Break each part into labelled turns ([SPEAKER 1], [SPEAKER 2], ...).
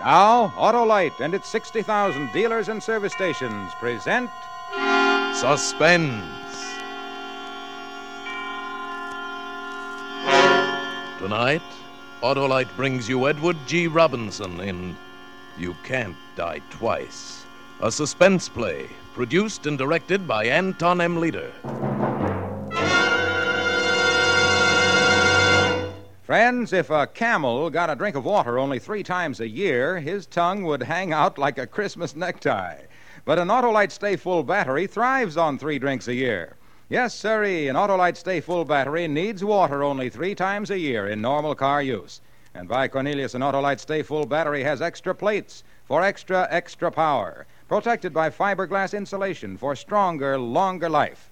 [SPEAKER 1] Now, Autolite and its 60,000 dealers and service stations present.
[SPEAKER 2] Suspense. Tonight, Autolite brings you Edward G. Robinson in You Can't Die Twice, a suspense play produced and directed by Anton M. Leader.
[SPEAKER 1] Friends, if a camel got a drink of water only three times a year, his tongue would hang out like a Christmas necktie. But an Autolite Stay Full battery thrives on three drinks a year. Yes, sirree, an Autolite Stay Full battery needs water only three times a year in normal car use. And by Cornelius, an Autolite Stay Full battery has extra plates for extra, extra power, protected by fiberglass insulation for stronger, longer life.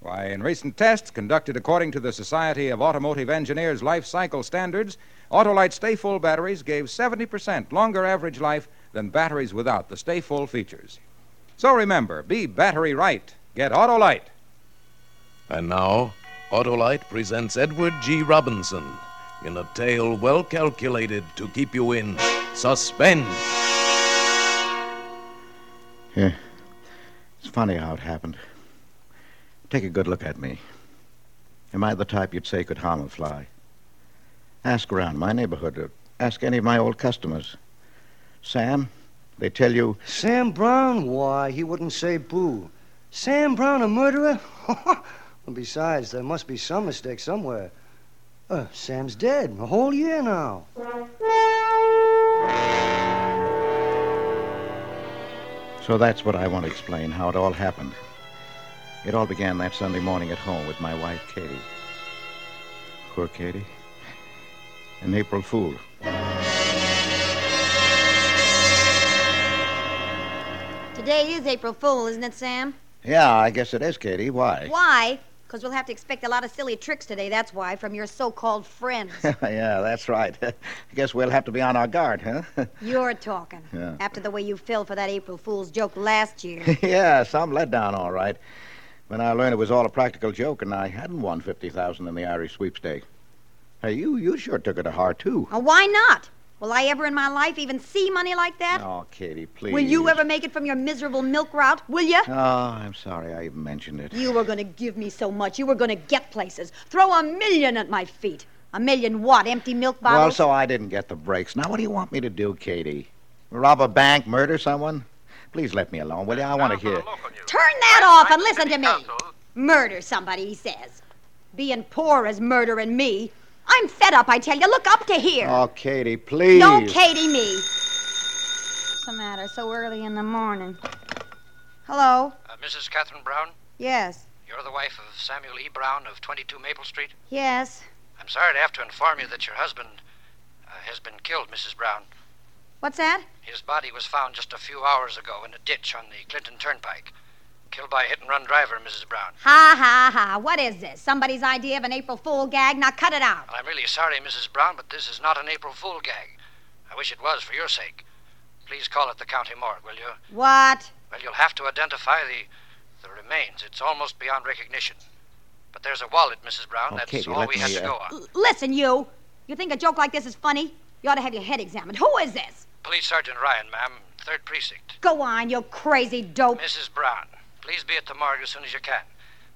[SPEAKER 1] Why, in recent tests conducted according to the Society of Automotive Engineers life cycle standards, Autolite Stay Full batteries gave 70% longer average life than batteries without the Stay Full features. So remember, be battery right. Get Autolite.
[SPEAKER 2] And now, Autolite presents Edward G. Robinson in a tale well calculated to keep you in suspense.
[SPEAKER 3] Yeah. It's funny how it happened. Take a good look at me. Am I the type you'd say could harm a fly? Ask around my neighborhood. Or ask any of my old customers. Sam, they tell you,
[SPEAKER 4] Sam Brown? Why, he wouldn't say boo. Sam Brown, a murderer? well, besides, there must be some mistake somewhere. Uh, Sam's dead a whole year now.
[SPEAKER 3] so that's what I want to explain, how it all happened. It all began that Sunday morning at home with my wife, Katie. Poor Katie. An April fool.
[SPEAKER 5] Today is April Fool, isn't it, Sam?
[SPEAKER 3] Yeah, I guess it is, Katie. Why?
[SPEAKER 5] Why? Because we'll have to expect a lot of silly tricks today, that's why, from your so called friends.
[SPEAKER 3] yeah, that's right. I guess we'll have to be on our guard, huh?
[SPEAKER 5] You're talking.
[SPEAKER 3] Yeah.
[SPEAKER 5] After the way you fell for that April Fool's joke last year.
[SPEAKER 3] yeah, some letdown, all right. When I learned it was all a practical joke, and I hadn't won fifty thousand in the Irish sweepstake. Hey, you you sure took it to heart too.
[SPEAKER 5] Now, why not? Will I ever in my life even see money like that?
[SPEAKER 3] Oh, Katie, please.
[SPEAKER 5] Will you ever make it from your miserable milk route? Will you?
[SPEAKER 3] Oh, I'm sorry, I even mentioned it.
[SPEAKER 5] You were going to give me so much. You were going to get places. Throw a million at my feet. A million what? Empty milk
[SPEAKER 3] Well,
[SPEAKER 5] bottles?
[SPEAKER 3] so I didn't get the breaks. Now, what do you want me to do, Katie? Rob a bank, murder someone? Please let me alone, will you? I want to hear.
[SPEAKER 5] Turn that off and listen to me. Murder somebody, he says. Being poor is murdering me. I'm fed up, I tell you. Look up to here.
[SPEAKER 3] Oh, Katie, please.
[SPEAKER 5] Don't Katie me. What's the matter so early in the morning? Hello?
[SPEAKER 6] Uh, Mrs. Catherine Brown,
[SPEAKER 5] Yes.
[SPEAKER 6] you're the wife of Samuel E. Brown of 22 Maple Street.
[SPEAKER 5] Yes.
[SPEAKER 6] I'm sorry to have to inform you that your husband uh, has been killed, Mrs. Brown.
[SPEAKER 5] What's that?
[SPEAKER 6] His body was found just a few hours ago in a ditch on the Clinton Turnpike. Killed by a hit and run driver, Mrs. Brown.
[SPEAKER 5] Ha ha ha. What is this? Somebody's idea of an April Fool gag? Now cut it out.
[SPEAKER 6] Well, I'm really sorry, Mrs. Brown, but this is not an April Fool gag. I wish it was for your sake. Please call at the county morgue, will you?
[SPEAKER 5] What?
[SPEAKER 6] Well, you'll have to identify the, the remains. It's almost beyond recognition. But there's a wallet, Mrs. Brown.
[SPEAKER 3] Oh,
[SPEAKER 6] That's
[SPEAKER 3] Katie,
[SPEAKER 6] all
[SPEAKER 3] let
[SPEAKER 6] we
[SPEAKER 3] me,
[SPEAKER 6] have to
[SPEAKER 3] uh,
[SPEAKER 6] go on.
[SPEAKER 5] L- listen, you. You think a joke like this is funny? You ought to have your head examined. Who is this?
[SPEAKER 6] Police Sergeant Ryan, ma'am, Third Precinct.
[SPEAKER 5] Go on, you crazy dope.
[SPEAKER 6] Mrs. Brown, please be at the morgue as soon as you can.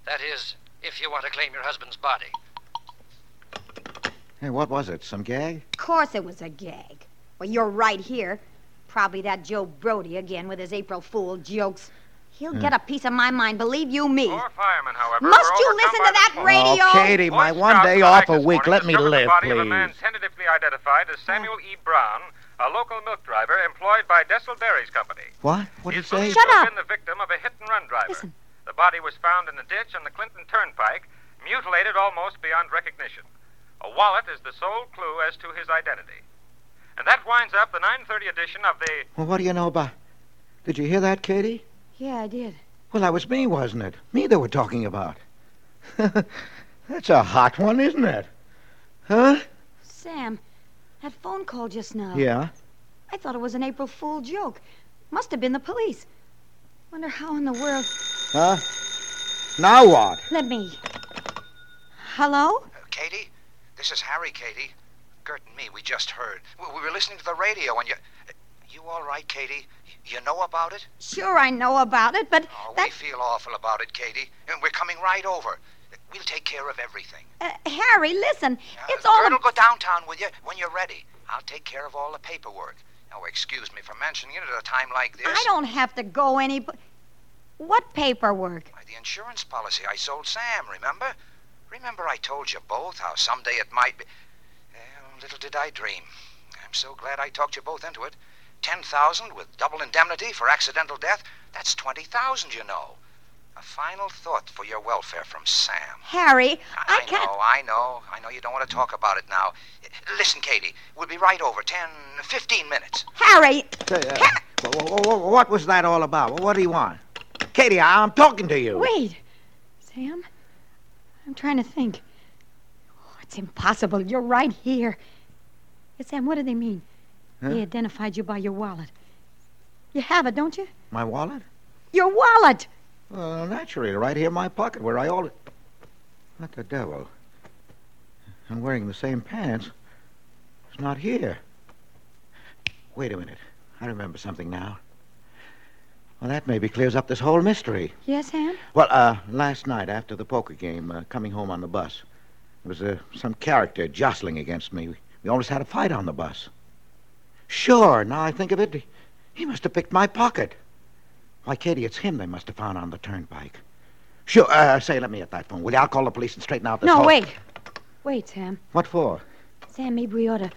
[SPEAKER 6] That is, if you want to claim your husband's body.
[SPEAKER 3] Hey, what was it? Some gag?
[SPEAKER 5] Of course it was a gag. Well, you're right here. Probably that Joe Brody again with his April Fool jokes. He'll get a piece of my mind, believe you me.
[SPEAKER 7] Four firemen, however,
[SPEAKER 5] Must
[SPEAKER 7] were
[SPEAKER 5] you
[SPEAKER 7] overcome
[SPEAKER 5] listen
[SPEAKER 7] by
[SPEAKER 5] to
[SPEAKER 7] the
[SPEAKER 5] that
[SPEAKER 7] smoke.
[SPEAKER 5] radio?
[SPEAKER 3] Oh, Katie,
[SPEAKER 7] Boy
[SPEAKER 3] my one
[SPEAKER 7] Scouts
[SPEAKER 3] day
[SPEAKER 7] were
[SPEAKER 3] off
[SPEAKER 7] like
[SPEAKER 3] a
[SPEAKER 7] this
[SPEAKER 3] week.
[SPEAKER 7] morning
[SPEAKER 3] Let me
[SPEAKER 7] discovered the
[SPEAKER 3] live,
[SPEAKER 7] body of a man
[SPEAKER 3] please.
[SPEAKER 7] tentatively identified as Samuel E. Brown, a local milk driver employed by Dessel Dairies Company.
[SPEAKER 3] What? What did you
[SPEAKER 7] His
[SPEAKER 3] say?
[SPEAKER 7] belief
[SPEAKER 5] Shut
[SPEAKER 7] had
[SPEAKER 5] up.
[SPEAKER 7] been the victim of a hit-and-run driver.
[SPEAKER 5] Listen.
[SPEAKER 7] The body was found in a ditch on the Clinton Turnpike, mutilated almost beyond recognition. A wallet is the sole clue as to his identity. And that winds up the 9:30 edition of the
[SPEAKER 3] Well, what do you know about. Did you hear that, Katie?
[SPEAKER 5] Yeah, I did.
[SPEAKER 3] Well, that was me, wasn't it? Me they were talking about. That's a hot one, isn't it? Huh?
[SPEAKER 5] Sam, that phone call just now.
[SPEAKER 3] Yeah.
[SPEAKER 5] I thought it was an April Fool joke. Must have been the police. Wonder how in the world.
[SPEAKER 3] Huh? Now what?
[SPEAKER 5] Let me. Hello?
[SPEAKER 6] Katie? This is Harry, Katie. Gert and me, we just heard. We, we were listening to the radio and you.
[SPEAKER 8] You all right, Katie? You know about it?
[SPEAKER 9] Sure, I know about it, but
[SPEAKER 8] Oh, we
[SPEAKER 9] that.
[SPEAKER 8] feel awful about it, Katie. And we're coming right over. We'll take care of everything.
[SPEAKER 9] Uh, Harry, listen.
[SPEAKER 8] Uh,
[SPEAKER 9] it's all.
[SPEAKER 8] Bert will
[SPEAKER 9] ab-
[SPEAKER 8] go downtown with you when you're ready. I'll take care of all the paperwork. Now, excuse me for mentioning it at a time like this.
[SPEAKER 9] I don't have to go any. What paperwork?
[SPEAKER 8] Why, the insurance policy I sold Sam, remember? Remember I told you both how someday it might be. Well, little did I dream. I'm so glad I talked you both into it. Ten thousand with double indemnity for accidental death. That's twenty thousand, you know. A final thought for your welfare from Sam.
[SPEAKER 9] Harry, I,
[SPEAKER 8] I,
[SPEAKER 9] can't.
[SPEAKER 8] know, I know. I know you don't want to talk about it now. Listen, Katie, we'll be right over. Ten, fifteen minutes.
[SPEAKER 9] Harry,
[SPEAKER 3] Say, uh, wh- wh- wh- what was that all about? What do you want? Katie, I- I'm talking to you.
[SPEAKER 9] wait. Sam? I'm trying to think. Oh, it's impossible. You're right here. Hey, Sam, what do they mean? They identified you by your wallet. You have it, don't you?
[SPEAKER 3] My wallet?
[SPEAKER 9] Your wallet!
[SPEAKER 3] Well, naturally, right here in my pocket where I always. What the devil? I'm wearing the same pants. It's not here. Wait a minute. I remember something now. Well, that maybe clears up this whole mystery.
[SPEAKER 9] Yes, Sam?
[SPEAKER 3] Well, uh, last night after the poker game, uh, coming home on the bus, there was uh, some character jostling against me. We almost had a fight on the bus. Sure, now I think of it, he must have picked my pocket. Why, Katie, it's him they must have found on the turnpike. Sure, uh, say, let me at that phone, will you? I'll call the police and straighten out this
[SPEAKER 9] no,
[SPEAKER 3] whole...
[SPEAKER 9] wait. Wait, Sam.
[SPEAKER 3] What for?
[SPEAKER 9] Sam, maybe we ought to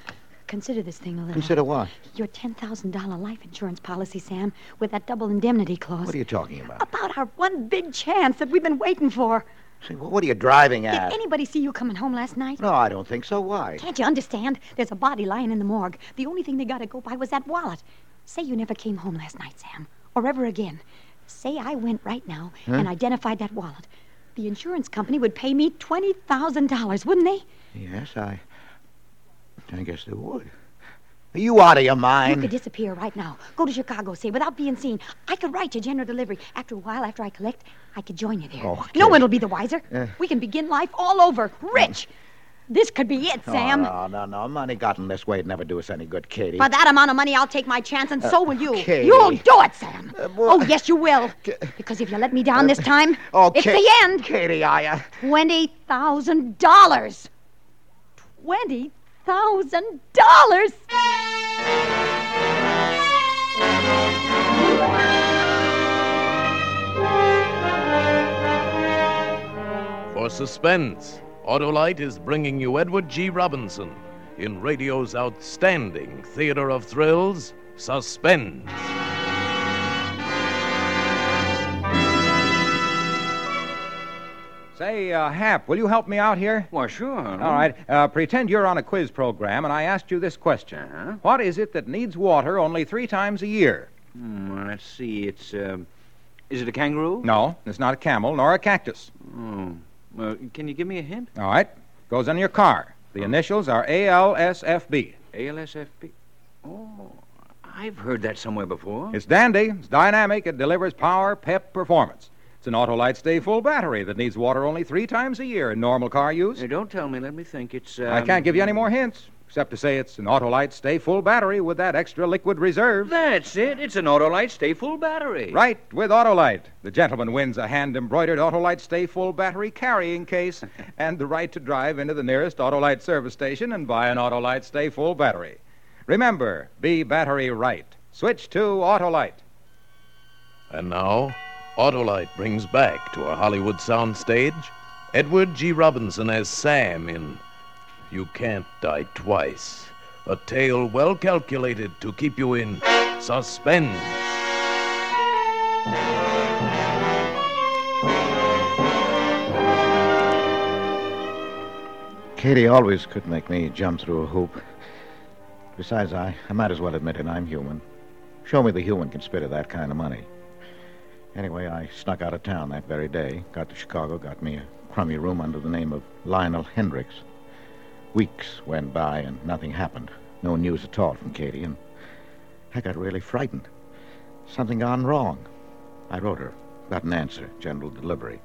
[SPEAKER 9] consider this thing a little.
[SPEAKER 3] Consider what?
[SPEAKER 9] Your $10,000 life insurance policy, Sam, with that double indemnity clause.
[SPEAKER 3] What are you talking about?
[SPEAKER 9] About our one big chance that we've been waiting for.
[SPEAKER 3] Say, wh- what are you driving
[SPEAKER 9] Did
[SPEAKER 3] at?
[SPEAKER 9] anybody see you coming home last night?
[SPEAKER 3] No, I don't think so. Why?
[SPEAKER 9] Can't you understand? There's a body lying in the morgue. The only thing they got to go by was that wallet. Say you never came home last night, Sam, or ever again. Say I went right now and identified that wallet. The insurance company would pay me $20,000, wouldn't they?
[SPEAKER 3] Yes, I... I guess they would. Are you out of your
[SPEAKER 9] You
[SPEAKER 3] mind?
[SPEAKER 9] could disappear right now. Go to Chicago, say, without being seen. I could write you general delivery. After a while, after I collect, I could join you there.
[SPEAKER 3] Oh,
[SPEAKER 9] No
[SPEAKER 3] kid.
[SPEAKER 9] one will be the wiser.
[SPEAKER 3] Uh.
[SPEAKER 9] we can begin life all over, rich. This could be it, Sam.
[SPEAKER 3] Mm. Oh, no, no, no. Money gotten this way would never do us any good, Katie.
[SPEAKER 9] For that amount of money, I'll take my chance, and so will you.
[SPEAKER 3] Uh, okay. Uh,
[SPEAKER 9] You'll do it, Sam.
[SPEAKER 3] well-
[SPEAKER 9] oh, yes, you will. Because if you let me down this time,
[SPEAKER 3] Oh,
[SPEAKER 9] it's
[SPEAKER 3] Ka-
[SPEAKER 9] the end.
[SPEAKER 3] Katie, I. Uh...
[SPEAKER 9] Twenty thousand dollars. Twenty thousand dollars.
[SPEAKER 2] For suspense, Autolite is bringing you Edward G. Robinson in radio's outstanding theater of thrills, Suspense.
[SPEAKER 1] Say, uh, Hap, will you help me out here?
[SPEAKER 10] Why, sure.
[SPEAKER 1] All right. Uh, pretend you're on a quiz program, and I asked you this question: What is it that needs water only three times a year?
[SPEAKER 10] Hmm, let's see. It's, um, is it a kangaroo?
[SPEAKER 1] No, it's not a camel nor a cactus.
[SPEAKER 10] Oh. Well, can you give me a hint? Oh.
[SPEAKER 1] All right. Goes on your car. The initials are ALSFB.
[SPEAKER 10] ALSFP? Oh, I've heard that somewhere before.
[SPEAKER 1] It's dandy. It's dynamic. It delivers power, pep, performance. It's an Autolite Stay Full battery that needs water only three times a year in normal car use.
[SPEAKER 10] Uh, don't tell me. Let me think. It's. Um,
[SPEAKER 1] I can't give you any more hints, except to say it's an Autolite Stay Full battery with that extra liquid reserve.
[SPEAKER 10] That's it. It's an Autolite Stay Full battery.
[SPEAKER 1] Right, with Autolite. The gentleman wins a hand embroidered Autolite Stay Full battery carrying case and the right to drive into the nearest Autolite service station and buy an Autolite Stay Full battery. Remember, be battery right. Switch to Autolite.
[SPEAKER 2] And now, Autolite brings back to our Hollywood soundstage Edward G. Robinson as Sam in You Can't Die Twice, a tale well calculated to keep you in suspense.
[SPEAKER 3] Katie always could make me jump through a hoop. Besides, I, I might as well admit it, I'm human. Show me the human can spit at that kind of money. Anyway, I snuck out of town that very day, got to Chicago, got me a crummy room under the name of Lionel Hendricks. Weeks went by and nothing happened. No news at all from Katie, and I got really frightened. Something gone wrong. I wrote her, got an answer, general delivery.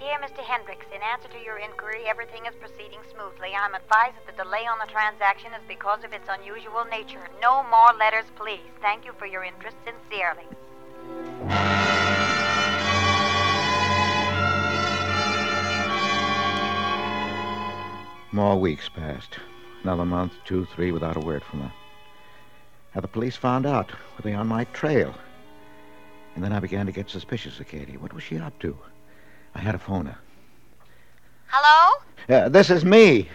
[SPEAKER 9] Dear
[SPEAKER 5] Mr. Hendricks. In answer to your inquiry, everything is proceeding smoothly. I'm advised that the delay on the transaction is because of its unusual nature. No more letters, please. Thank you for your interest sincerely.
[SPEAKER 3] More weeks passed. Another month, two, three, without a word from her. Now the police found out. Were they on my trail? And then I began to get suspicious of Katie. What was she up to? I had to phone her.
[SPEAKER 5] Hello?
[SPEAKER 3] Uh, this is me.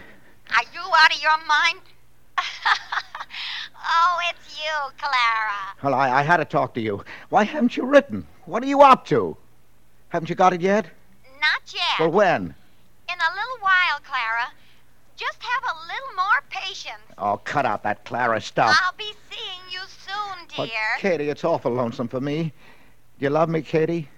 [SPEAKER 5] Are you out of your mind? oh, it's you, Clara.
[SPEAKER 3] Well, I, I had to talk to you. Why haven't you written? What are you up to? Haven't you got it yet?
[SPEAKER 5] Not yet.
[SPEAKER 3] Well, when?
[SPEAKER 5] In a little while, Clara. Just have a little more patience.
[SPEAKER 3] Oh, cut out that Clara stuff.
[SPEAKER 5] I'll be seeing you soon,
[SPEAKER 3] But,
[SPEAKER 5] dear.
[SPEAKER 3] Katie, it's awful lonesome for me. Do you love me, Katie?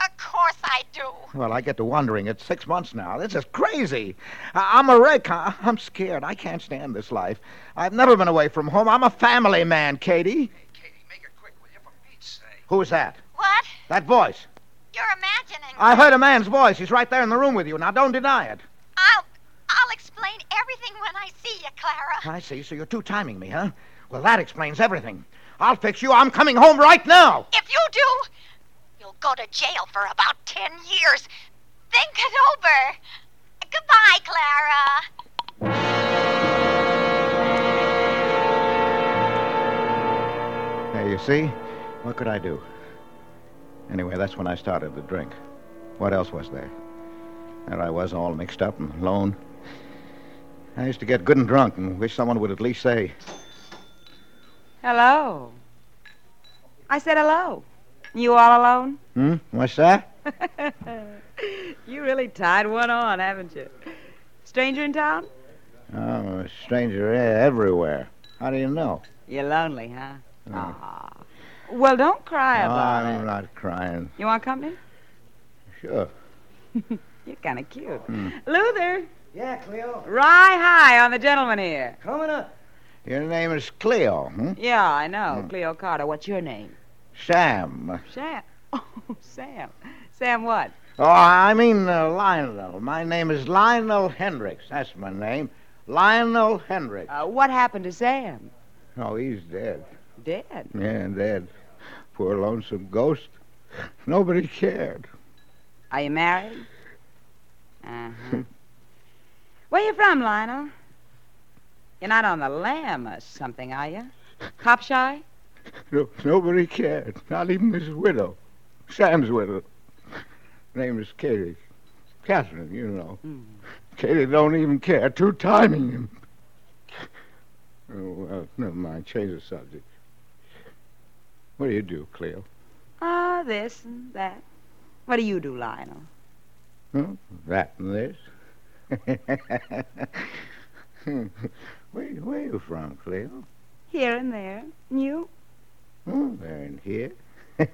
[SPEAKER 5] Of course I do.
[SPEAKER 3] Well, I get to wondering. It's six months now. This is crazy. I- I'm a wreck. I- I'm scared. I can't stand this life. I've never been away from home. I'm a family man, Katie.
[SPEAKER 8] Katie, make it quick, will you? For Pete's sake.
[SPEAKER 3] Who's that?
[SPEAKER 5] What?
[SPEAKER 3] That voice.
[SPEAKER 5] You're imagining.
[SPEAKER 3] I heard a man's voice. He's right there in the room with you. Now, don't deny it.
[SPEAKER 5] I'll I'll explain everything when I see you, Clara.
[SPEAKER 3] I see. So you're two timing me, huh? Well, that explains everything. I'll fix you. I'm coming home right now.
[SPEAKER 5] If you do, you'll go to jail for about ten years. Think it over. Goodbye, Clara.
[SPEAKER 3] Hey, you see? What could I do? Anyway, that's when I started to drink. What else was there? There I was, all mixed up and alone. I used to get good and drunk and wish someone would at least say,
[SPEAKER 11] Hello. I said hello. You all alone?
[SPEAKER 3] hmm, what's that?
[SPEAKER 11] you really tied one on, haven't you? Stranger in town?
[SPEAKER 3] Oh, a stranger e- everywhere. How do you know?
[SPEAKER 11] You're lonely, huh?
[SPEAKER 3] No.
[SPEAKER 11] Aw. Well, don't
[SPEAKER 4] Ah.
[SPEAKER 11] cry
[SPEAKER 3] Oh,
[SPEAKER 11] Ah, about
[SPEAKER 3] I'm
[SPEAKER 11] it.
[SPEAKER 3] not crying.
[SPEAKER 11] You want company?
[SPEAKER 3] Sure.
[SPEAKER 11] You're kind of cute.
[SPEAKER 3] Hmm.
[SPEAKER 11] Luther,
[SPEAKER 4] Yeah, Cleo.
[SPEAKER 11] rye high on the gentleman here.
[SPEAKER 4] Coming up.
[SPEAKER 3] Your name is Cleo, hmm?
[SPEAKER 11] Yeah, I know. Cleo Carter, what's your name?
[SPEAKER 3] Sam.
[SPEAKER 11] Sam. Oh, Sam. Sam what?
[SPEAKER 3] Oh, I mean uh, Lionel. My name is Lionel Hendricks. That's my name. Lionel Hendricks.
[SPEAKER 11] Uh, what happened to Sam?
[SPEAKER 3] Oh, he's dead.
[SPEAKER 11] Dead.
[SPEAKER 3] Yeah, and that poor lonesome ghost. Nobody cared.
[SPEAKER 11] Are you married? Uh-huh. Where you from, Lionel? You're not on the lam or something, are you? Cop shy?
[SPEAKER 3] No, nobody cared. Not even his widow. Sam's widow. Name is Katie. Catherine, you know.
[SPEAKER 11] Mm.
[SPEAKER 3] Katie don't even care. Two timing him. Oh, well, never mind. Change the subject. What do you do, Cleo?
[SPEAKER 11] Ah, this and that. What do you do, Lionel?
[SPEAKER 3] That and this? where, where you from, Cleo?
[SPEAKER 11] Here and there. And you?
[SPEAKER 3] Oh, they're in here.
[SPEAKER 11] Uh,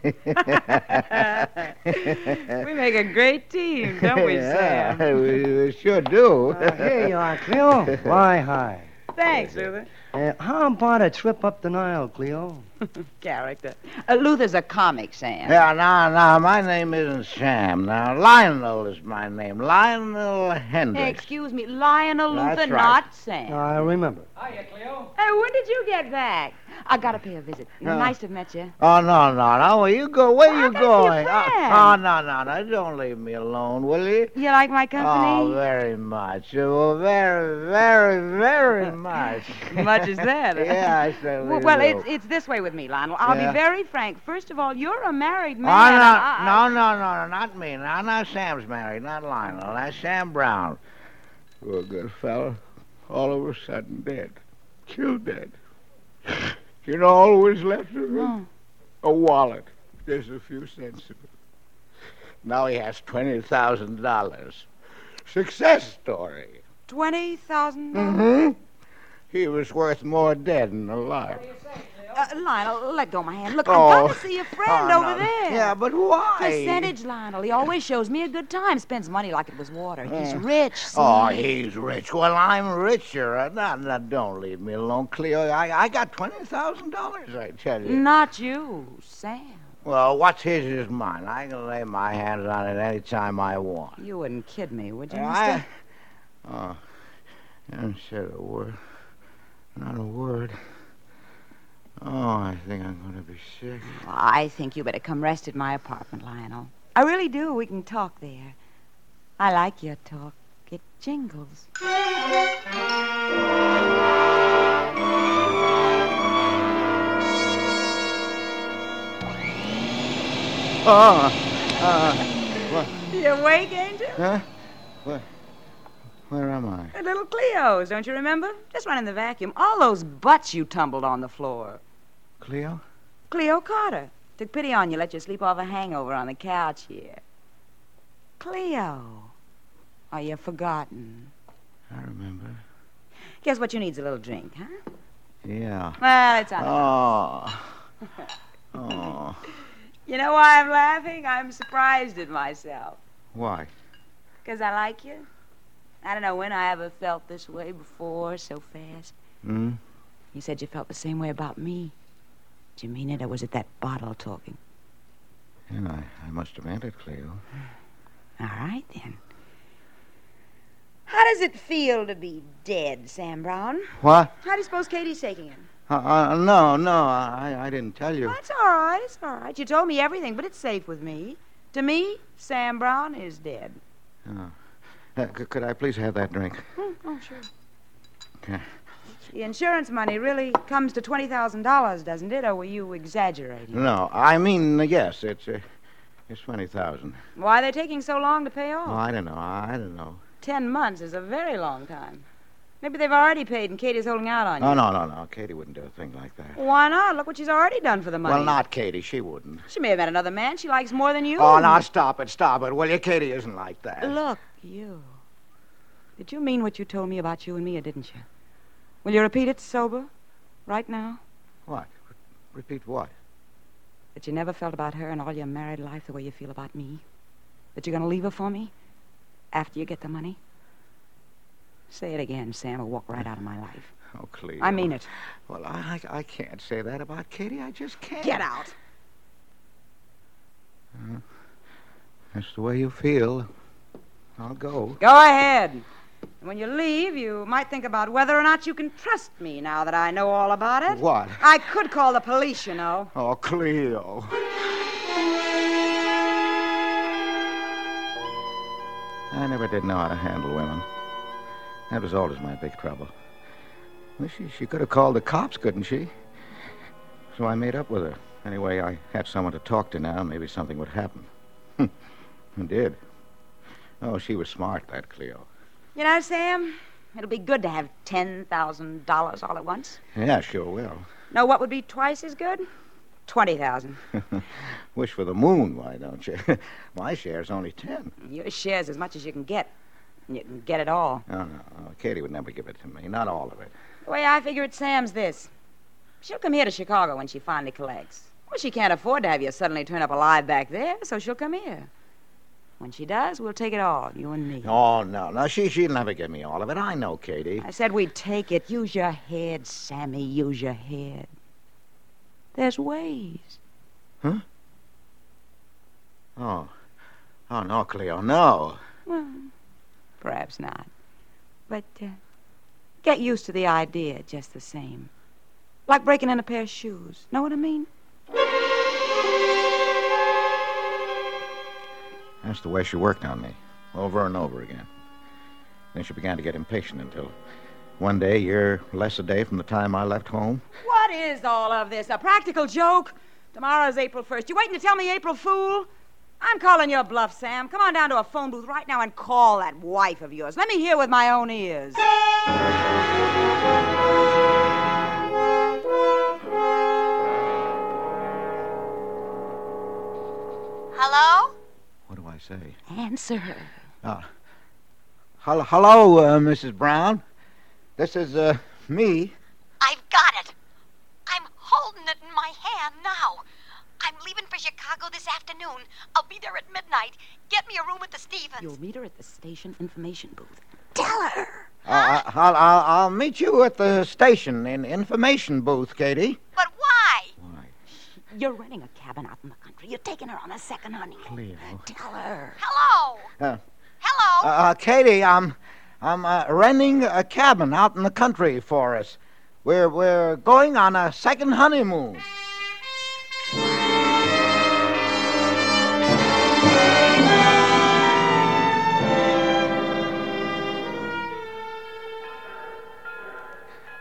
[SPEAKER 11] we make a great team, don't we,
[SPEAKER 3] yeah,
[SPEAKER 11] Sam?
[SPEAKER 3] we, we sure do.
[SPEAKER 4] Uh, here you are, Cleo. Why, hi.
[SPEAKER 11] Thanks, Luther.
[SPEAKER 4] Uh, how about a trip up the Nile, Cleo?
[SPEAKER 11] Character. Uh, Luther's a comic, Sam.
[SPEAKER 3] Yeah, now, now, my name isn't Sam. Now, Lionel is my name. Lionel
[SPEAKER 11] Hey,
[SPEAKER 3] Hendricks.
[SPEAKER 11] excuse me, Lionel
[SPEAKER 3] That's
[SPEAKER 11] Luther,
[SPEAKER 3] right.
[SPEAKER 11] not Sam.
[SPEAKER 4] I remember.
[SPEAKER 11] Hey, when did you get back? I gotta pay a visit.
[SPEAKER 3] No.
[SPEAKER 11] Nice to have met you.
[SPEAKER 3] Oh, no, no, no. Where you go? Where
[SPEAKER 11] Well,
[SPEAKER 3] you
[SPEAKER 11] I gotta see a
[SPEAKER 3] going?
[SPEAKER 11] friend.
[SPEAKER 3] oh, no, no, no. Don't leave me alone, will you?
[SPEAKER 11] You like my
[SPEAKER 3] Oh,
[SPEAKER 11] company?
[SPEAKER 3] very much. Oh, very, very, very much.
[SPEAKER 11] Much as that.
[SPEAKER 3] yeah, I certainly
[SPEAKER 11] well, well
[SPEAKER 3] do.
[SPEAKER 11] it's it's this way with me, Lionel. I'll
[SPEAKER 3] Yeah.
[SPEAKER 11] be very frank. First of all, you're a married man. Uh,
[SPEAKER 3] Oh,
[SPEAKER 11] and
[SPEAKER 3] no,
[SPEAKER 11] I-
[SPEAKER 3] no, no, no, no, not me. Now, now, Sam's married, not Lionel. That's Sam Brown. Poor good fellow. All of a sudden dead. Killed dead. You know, always left him
[SPEAKER 11] Oh.
[SPEAKER 3] a wallet. Just a few cents. in it. Now he has $20,000. Success story.
[SPEAKER 11] Twenty thousand.
[SPEAKER 3] Mm-hmm. He was worth more dead than alive.
[SPEAKER 11] Uh, Lionel, let go of my hand. Look,
[SPEAKER 3] Oh.
[SPEAKER 11] I gotta see a friend
[SPEAKER 3] Oh,
[SPEAKER 11] over
[SPEAKER 3] no.
[SPEAKER 11] there.
[SPEAKER 3] Yeah, but why?
[SPEAKER 11] Percentage, Lionel. He always shows me a good time. Spends money like it was water. He's
[SPEAKER 3] Mm.
[SPEAKER 11] rich. See?
[SPEAKER 3] Oh, he's rich. Well, I'm richer. Uh, Now, now don't leave me alone, Cleo. I, I got $20,000, I tell you.
[SPEAKER 11] Not you, Sam.
[SPEAKER 12] Well, what's his is mine. I can lay my hands on it any time I want.
[SPEAKER 11] You wouldn't kid me, would you,
[SPEAKER 12] Yeah,
[SPEAKER 11] mister?
[SPEAKER 3] Uh,
[SPEAKER 12] Oh, I haven't said a word. Not a word. Oh, I think I'm going to be sick.
[SPEAKER 11] Well, I think you better come rest at my apartment, Lionel. I really do. We can talk there. I like your talk. It jingles.
[SPEAKER 3] Oh, uh, what?
[SPEAKER 11] You awake, Angel?
[SPEAKER 3] Huh? Where, where am I?
[SPEAKER 11] At little Cleo's, don't you remember? Just running the vacuum. All those butts you tumbled on the floor.
[SPEAKER 3] Cleo?
[SPEAKER 11] Cleo Carter took pity on you, let you sleep off a hangover on the couch here. Cleo. Are you forgotten?
[SPEAKER 3] I remember.
[SPEAKER 11] Guess what you need's a little drink, huh?
[SPEAKER 3] Yeah.
[SPEAKER 11] Well, it's on.
[SPEAKER 3] Oh. Oh.
[SPEAKER 11] You know why I'm laughing? I'm surprised at myself.
[SPEAKER 3] Why?
[SPEAKER 11] Because I like you. I don't know when I ever felt this way before, so fast.
[SPEAKER 3] Hmm?
[SPEAKER 11] You said you felt the same way about me. Did you mean it, or was it that bottle talking?
[SPEAKER 3] Yeah, I, I must have meant it, Cleo.
[SPEAKER 11] All right, then. How does it feel to be dead, Sam Brown?
[SPEAKER 3] What?
[SPEAKER 11] How do you suppose Katie's taking it?
[SPEAKER 3] Uh, uh, no, no, I, I didn't tell you.
[SPEAKER 11] That's all right, it's all right. You told me everything, but it's safe with me. To me, Sam Brown is dead.
[SPEAKER 3] Oh. Uh, c- could I please have that drink? Uh,
[SPEAKER 11] oh, sure.
[SPEAKER 3] Okay.
[SPEAKER 11] The insurance money really comes to $20,000, doesn't it? Or were you exaggerating?
[SPEAKER 3] No, I mean, uh, yes, it's, uh, it's 20000
[SPEAKER 11] Why are they taking so long to pay off?
[SPEAKER 3] Oh, I don't know, I don't know.
[SPEAKER 11] Ten months is a very long time. Maybe they've already paid and Katie's holding out on you.
[SPEAKER 3] Oh, no, no, no, Katie wouldn't do a thing like that.
[SPEAKER 11] Why not? Look what she's already done for the money.
[SPEAKER 3] Well, not Katie, she wouldn't.
[SPEAKER 11] She may have met another man she likes more than you.
[SPEAKER 12] Oh, now stop it, stop it, will you? Katie isn't like that.
[SPEAKER 11] Look, you. Did you mean what you told me about you and Mia, didn't you? Will you repeat it sober? Right now?
[SPEAKER 3] What? Re- repeat what?
[SPEAKER 11] That you never felt about her in all your married life the way you feel about me? That you're going to leave her for me? After you get the money? Say it again, Sam, or walk right out of my life.
[SPEAKER 3] Oh, Cleo.
[SPEAKER 11] I mean it.
[SPEAKER 3] Well, I, I, I can't say that about Katie. I just can't.
[SPEAKER 11] Get out.
[SPEAKER 3] That's the way you feel. I'll go.
[SPEAKER 11] Go ahead. And When you leave, you might think about whether or not you can trust me now that I know all about it.
[SPEAKER 3] What?
[SPEAKER 11] I could call the police, you know.
[SPEAKER 3] Oh, Cleo. I never did know how to handle women. That was always my big trouble. Well, she, she could have called the cops, couldn't she? So I made up with her. Anyway, I had someone to talk to now. Maybe something would happen. it did. Oh, she was smart, that Cleo.
[SPEAKER 11] You know, Sam, it'll be good to have $10,000 all at once.
[SPEAKER 3] Yeah, sure will.
[SPEAKER 11] Know what would be twice as good? 20000
[SPEAKER 3] Wish for the moon, why don't you? my share's only ten.
[SPEAKER 11] Your share's as much as you can get. And you can get it all.
[SPEAKER 3] Oh, No, no, no. Katie would never give it to me. Not all of it.
[SPEAKER 11] The way I figure it, Sam's this. She'll come here to Chicago when she finally collects. Well, she can't afford to have you suddenly turn up alive back there, so she'll come here. When she does, we'll take it all, you and me.
[SPEAKER 3] Oh, no, no. She, she'll never give me all of it. I know, Katie.
[SPEAKER 11] I said we'd take it. Use your head, Sammy. Use your head. There's ways.
[SPEAKER 3] Huh? Oh. Oh, no, Cleo, no.
[SPEAKER 11] Well, perhaps not. But uh, get used to the idea just the same. Like breaking in a pair of shoes. Know what I mean?
[SPEAKER 3] That's the way she worked on me, over and over again. Then she began to get impatient until one day, a year less a day from the time I left home.
[SPEAKER 11] What is all of this? A practical joke? Tomorrow's April 1st. You waiting to tell me April Fool? I'm calling your bluff, Sam. Come on down to a phone booth right now and call that wife of yours. Let me hear with my own ears.
[SPEAKER 5] Hello?
[SPEAKER 3] What do I say?
[SPEAKER 9] Answer her.
[SPEAKER 3] Hello, hello uh, Mrs. Brown. This is uh, me.
[SPEAKER 5] I've got it. I'm holding it in my hand now. I'm leaving for Chicago this afternoon. I'll be there at midnight. Get me a room at the Stevens.
[SPEAKER 9] You'll meet her at the station information booth.
[SPEAKER 5] Tell her.
[SPEAKER 3] Uh, I'll, I'll, I'll meet you at the station in information booth, Katie.
[SPEAKER 5] But why?
[SPEAKER 9] You're renting a cabin out in the country. You're taking her on a second honey.
[SPEAKER 3] Cleo.
[SPEAKER 9] Tell her.
[SPEAKER 5] Hello.
[SPEAKER 3] Uh,
[SPEAKER 5] Hello.
[SPEAKER 3] uh, uh, Katie, I'm, I'm uh, renting a cabin out in the country for us. We're, we're going on a second honeymoon.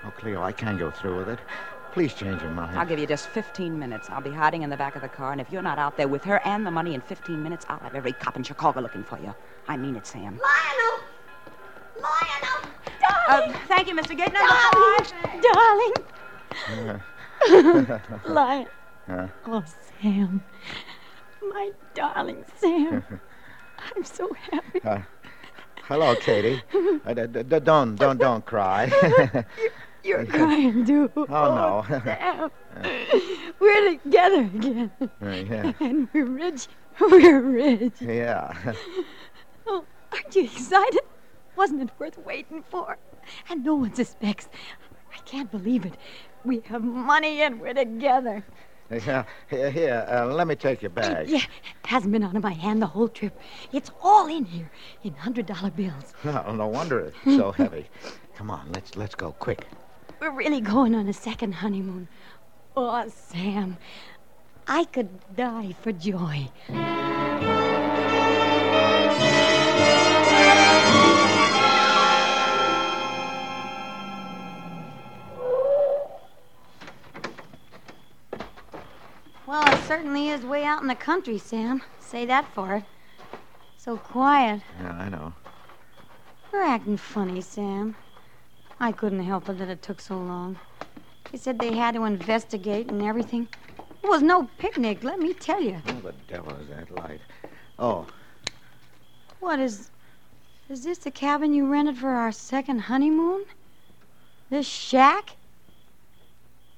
[SPEAKER 3] Oh, Cleo, I can go through with it. Please change your mind.
[SPEAKER 11] I'll give you just 15 minutes. I'll be hiding in the back of the car, and if you're not out there with her and the money in 15 minutes, I'll have every cop in Chicago looking for you. I mean it, Sam.
[SPEAKER 5] Lionel. Lionel.
[SPEAKER 11] Uh, thank you, Mr. Gate. Number
[SPEAKER 9] Darling.
[SPEAKER 3] Uh,
[SPEAKER 9] Lion.
[SPEAKER 3] uh,
[SPEAKER 9] Oh, Sam. My darling Sam. I'm so happy.
[SPEAKER 3] uh, hello, Katie. Uh, d- d- d- don't, don't, don't cry.
[SPEAKER 9] You're crying, too. Oh,
[SPEAKER 3] no.
[SPEAKER 9] Sam. We're together again.
[SPEAKER 3] Uh, yeah.
[SPEAKER 9] And we're rich. We're rich.
[SPEAKER 3] Yeah.
[SPEAKER 9] Oh, aren't you excited? Wasn't it worth waiting for? And no one suspects. I can't believe it. We have money and we're together.
[SPEAKER 3] Yeah. Here, here uh, let me take your bag.
[SPEAKER 9] Yeah, hasn't been out of my hand the whole trip. It's all in here, in hundred dollar bills.
[SPEAKER 3] Oh, no wonder it's so heavy. Come on, let's let's go quick.
[SPEAKER 9] We're really going on a second honeymoon. Oh, Sam, I could die for joy. Well, it certainly is way out in the country, Sam. Say that for it. So quiet.
[SPEAKER 3] Yeah, I know.
[SPEAKER 9] You're acting funny, Sam. I couldn't help it that it took so long. They said they had to investigate and everything. It was no picnic, let me tell you.
[SPEAKER 3] Where the devil is that light? Oh,
[SPEAKER 9] What is. Is this the cabin you rented for our second honeymoon? This shack?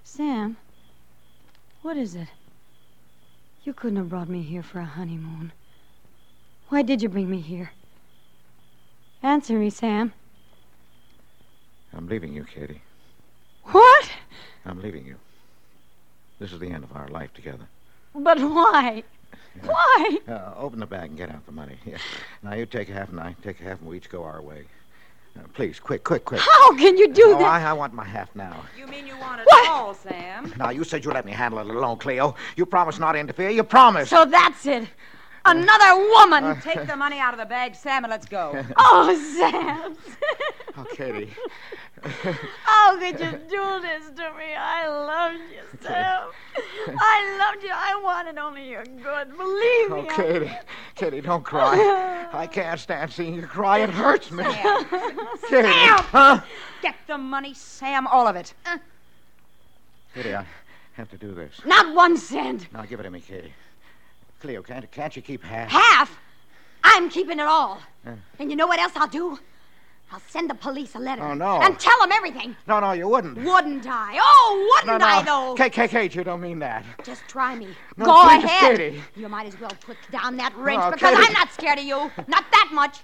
[SPEAKER 9] Sam, what is it? You couldn't have brought me here for a honeymoon. Why did you bring me here? Answer me, Sam.
[SPEAKER 3] I'm leaving you, Katie.
[SPEAKER 9] What?
[SPEAKER 3] I'm leaving you. This is the end of our life together.
[SPEAKER 9] But why? Why?
[SPEAKER 3] Uh, open the bag and get out the money. Yeah. Now you take half and I take half and we each go our way. Uh, please, quick, quick, quick.
[SPEAKER 9] How can you do
[SPEAKER 3] no,
[SPEAKER 9] that?
[SPEAKER 3] I, I want my half now.
[SPEAKER 11] You mean you want it all, Sam?
[SPEAKER 3] Now you said you let me handle it alone, Cleo. You promised not to interfere. You promised.
[SPEAKER 9] So that's it. Another woman.
[SPEAKER 11] Take the money out of the bag, Sam, and let's go.
[SPEAKER 9] Oh, Sam.
[SPEAKER 3] Oh, Katie.
[SPEAKER 11] Oh,
[SPEAKER 9] How could you do this to me? I loved you, Sam. I loved you. I wanted only your good. Believe
[SPEAKER 3] Oh,
[SPEAKER 9] me. I-
[SPEAKER 3] Katie. Katie, don't cry. I can't stand seeing you cry. It hurts me. Katie. Huh?
[SPEAKER 11] Get the money, Sam, all of it.
[SPEAKER 3] Katie, I have to do this.
[SPEAKER 9] Not one cent.
[SPEAKER 3] Now give it to me, Katie. Cleo, can't, can't you keep half?
[SPEAKER 9] Half. I'm keeping it all.
[SPEAKER 3] Uh.
[SPEAKER 9] And you know what else I'll do? I'll send the police a letter.
[SPEAKER 3] Oh, no.
[SPEAKER 9] And tell them everything.
[SPEAKER 3] No, no, you wouldn't.
[SPEAKER 9] Wouldn't I? Oh,
[SPEAKER 3] no,
[SPEAKER 9] wouldn't
[SPEAKER 3] no.
[SPEAKER 9] I, though?
[SPEAKER 3] Kate, Kate, Kate, you don't mean that.
[SPEAKER 9] Just try me.
[SPEAKER 3] No,
[SPEAKER 9] Go
[SPEAKER 3] please,
[SPEAKER 9] ahead.
[SPEAKER 3] Katie.
[SPEAKER 9] You might as well put down that wrench
[SPEAKER 3] Oh,
[SPEAKER 9] because
[SPEAKER 3] Katie.
[SPEAKER 9] I'm not scared of you. Not that much.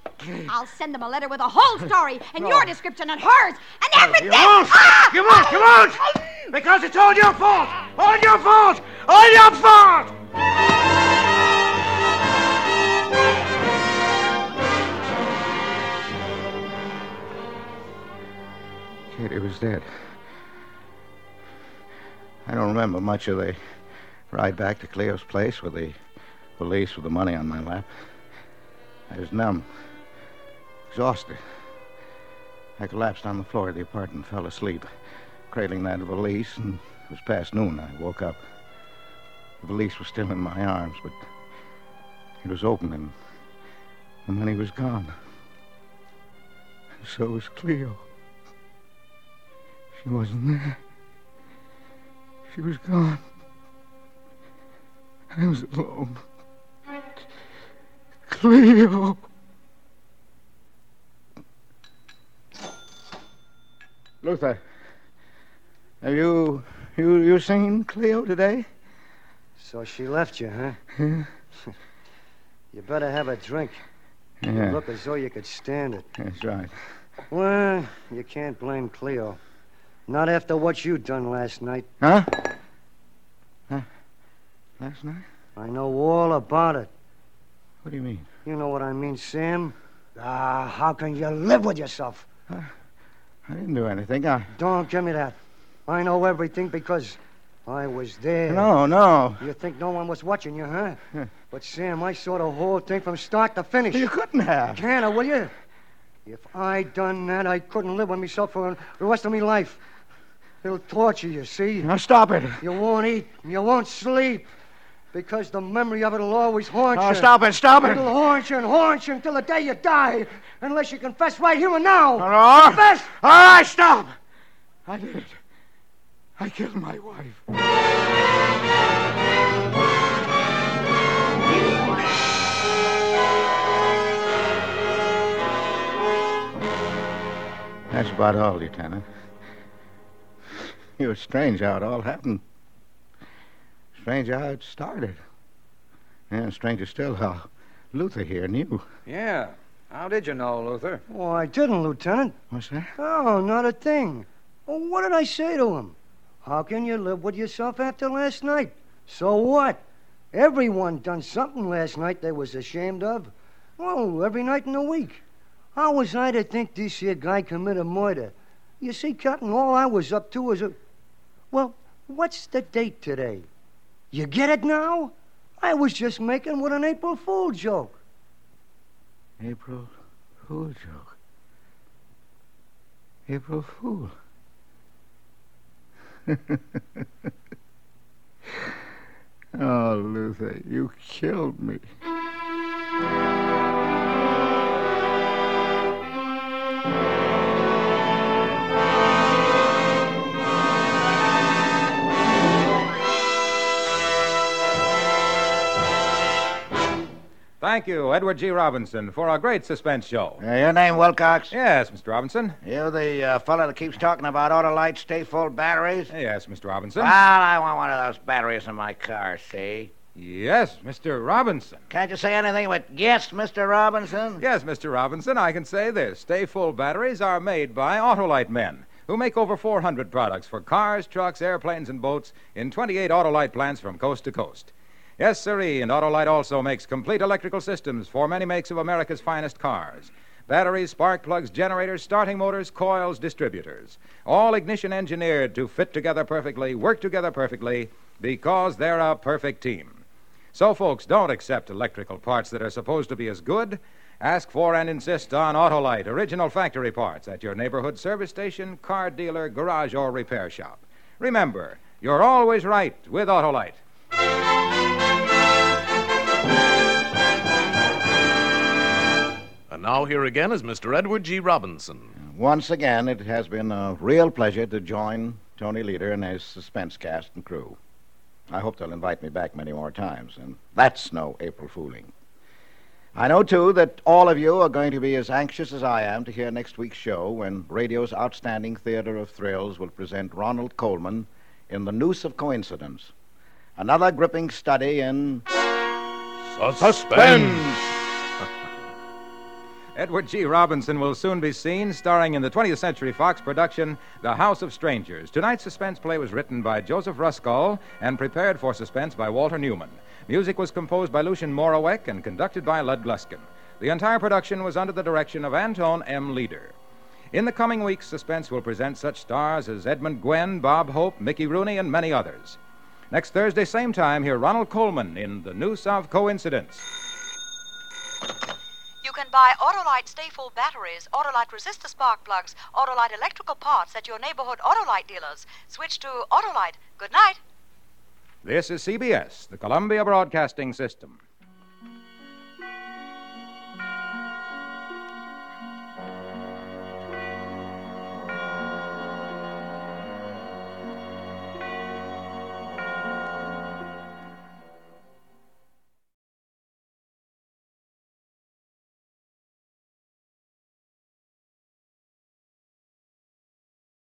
[SPEAKER 9] I'll send them a letter with a whole story and
[SPEAKER 3] No.
[SPEAKER 9] your description and hers and everything.
[SPEAKER 3] You won't!
[SPEAKER 9] Ah!
[SPEAKER 3] You won't! You won't! Because it's all your fault! All your fault! All your fault! Katie was dead. I don't remember much of the ride back to Cleo's place with the valise with the money on my lap. I was numb, exhausted. I collapsed on the floor of the apartment, fell asleep, cradling that valise, and it was past noon. I woke up. The valise was still in my arms, but it was open, and the money was gone. So was Cleo. She wasn't there. She was gone. I was alone. Cleo! Luther, have you you you seen Cleo today?
[SPEAKER 4] So she left you, huh?
[SPEAKER 3] Yeah.
[SPEAKER 4] You better have a drink. You
[SPEAKER 3] Yeah,
[SPEAKER 4] look as though you could stand it.
[SPEAKER 3] that's right.
[SPEAKER 4] Well, you can't blame Cleo. Not after what you done last night.
[SPEAKER 3] Huh? Huh?
[SPEAKER 12] Last night?
[SPEAKER 4] I know all about it.
[SPEAKER 12] What do you mean?
[SPEAKER 4] You know what I mean, Sam? Ah, how can you live with yourself?
[SPEAKER 12] I didn't do anything. I.
[SPEAKER 4] Don't give me that. I know everything because I was there.
[SPEAKER 12] No, no.
[SPEAKER 4] You think no one was watching you, huh? but, Sam, I saw the whole thing from start to finish.
[SPEAKER 12] You couldn't have.
[SPEAKER 4] Canna, will you? If I done that, I couldn't live with myself for the rest of my life. It'll torture you, see?
[SPEAKER 12] Now stop it.
[SPEAKER 4] You won't eat, and you won't sleep, because the memory of it'll always haunt
[SPEAKER 12] Now
[SPEAKER 4] you.
[SPEAKER 12] stop it, stop it.
[SPEAKER 4] It'll haunt you and haunt you until the day you die, unless you confess right here and now.
[SPEAKER 12] Hello?
[SPEAKER 4] Confess!
[SPEAKER 12] All right, stop. I did it. I killed my wife. That's about all, Lieutenant. It was strange how it all happened. Strange how it started. And stranger still how Luther here knew.
[SPEAKER 10] Yeah. How did you know, Luther?
[SPEAKER 4] Oh, I didn't, Lieutenant.
[SPEAKER 12] What's that?
[SPEAKER 4] Oh, not a thing. Well, what did I say to him? How can you live with yourself after last night? So what? Everyone done something last night they was ashamed of. Oh, every night in the week. How was I to think this here guy committed murder? You see, Cotton, all I was up to was a. Well, what's the date today? You get it now? I was just making with an April Fool joke.
[SPEAKER 12] April Fool joke. April Fool. oh, Luther, you killed me.
[SPEAKER 1] Thank you, Edward G. Robinson, for a great suspense show.
[SPEAKER 3] Uh, your name Wilcox?
[SPEAKER 1] Yes, Mr. Robinson.
[SPEAKER 3] You the uh, fella that keeps talking about auto lights, stay full batteries? Ah,
[SPEAKER 1] Yes, Mr. Robinson.
[SPEAKER 3] Well, I want one of those batteries in my car, see?
[SPEAKER 1] Yes, Mr. Robinson.
[SPEAKER 3] Can't you say anything but yes, Mr. Robinson?
[SPEAKER 1] Yes, Mr. Robinson, I can say this. Stay full batteries are made by Autolite men who make over 400 products for cars, trucks, airplanes, and boats in 28 Autolite plants from coast to coast. Yes, sirree, and Autolite also makes complete electrical systems for many makes of America's finest cars. Batteries, spark plugs, generators, starting motors, coils, distributors. All ignition engineered to fit together perfectly, work together perfectly, because they're a perfect team. So, folks, don't accept electrical parts that are supposed to be as good. Ask for and insist on Autolite original factory parts at your neighborhood service station, car dealer, garage, or repair shop. Remember, you're always right with Autolite.
[SPEAKER 2] And now here again is Mr. Edward G. Robinson.
[SPEAKER 3] Once again, it has been a real pleasure to join Tony Leader and his suspense cast and crew. I hope they'll invite me back many more times, and that's no April fooling. I know, too, that all of you are going to be as anxious as I am to hear next week's show when radio's outstanding theater of thrills will present Ronald Coleman in The Noose of Coincidence, another gripping study in.
[SPEAKER 1] Edward G. Robinson will soon be seen starring in the 20th Century Fox production, The House of Strangers. Tonight's suspense play was written by Joseph Ruskall and prepared for suspense by Walter Newman. Music was composed by Lucian Morawek and conducted by Lud Gluskin. The entire production was under the direction of Anton M. Leader. In the coming weeks, Suspense will present such stars as Edmund Gwen, Bob Hope, Mickey Rooney, and many others. Next Thursday, same time, hear Ronald Coleman in The Noose of Coincidence.
[SPEAKER 13] You can buy Autolite Stayful batteries, Autolite resistor spark plugs, Autolite electrical parts at your neighborhood Autolite dealers. Switch to Autolite. Good night.
[SPEAKER 1] This is CBS, the Columbia Broadcasting System.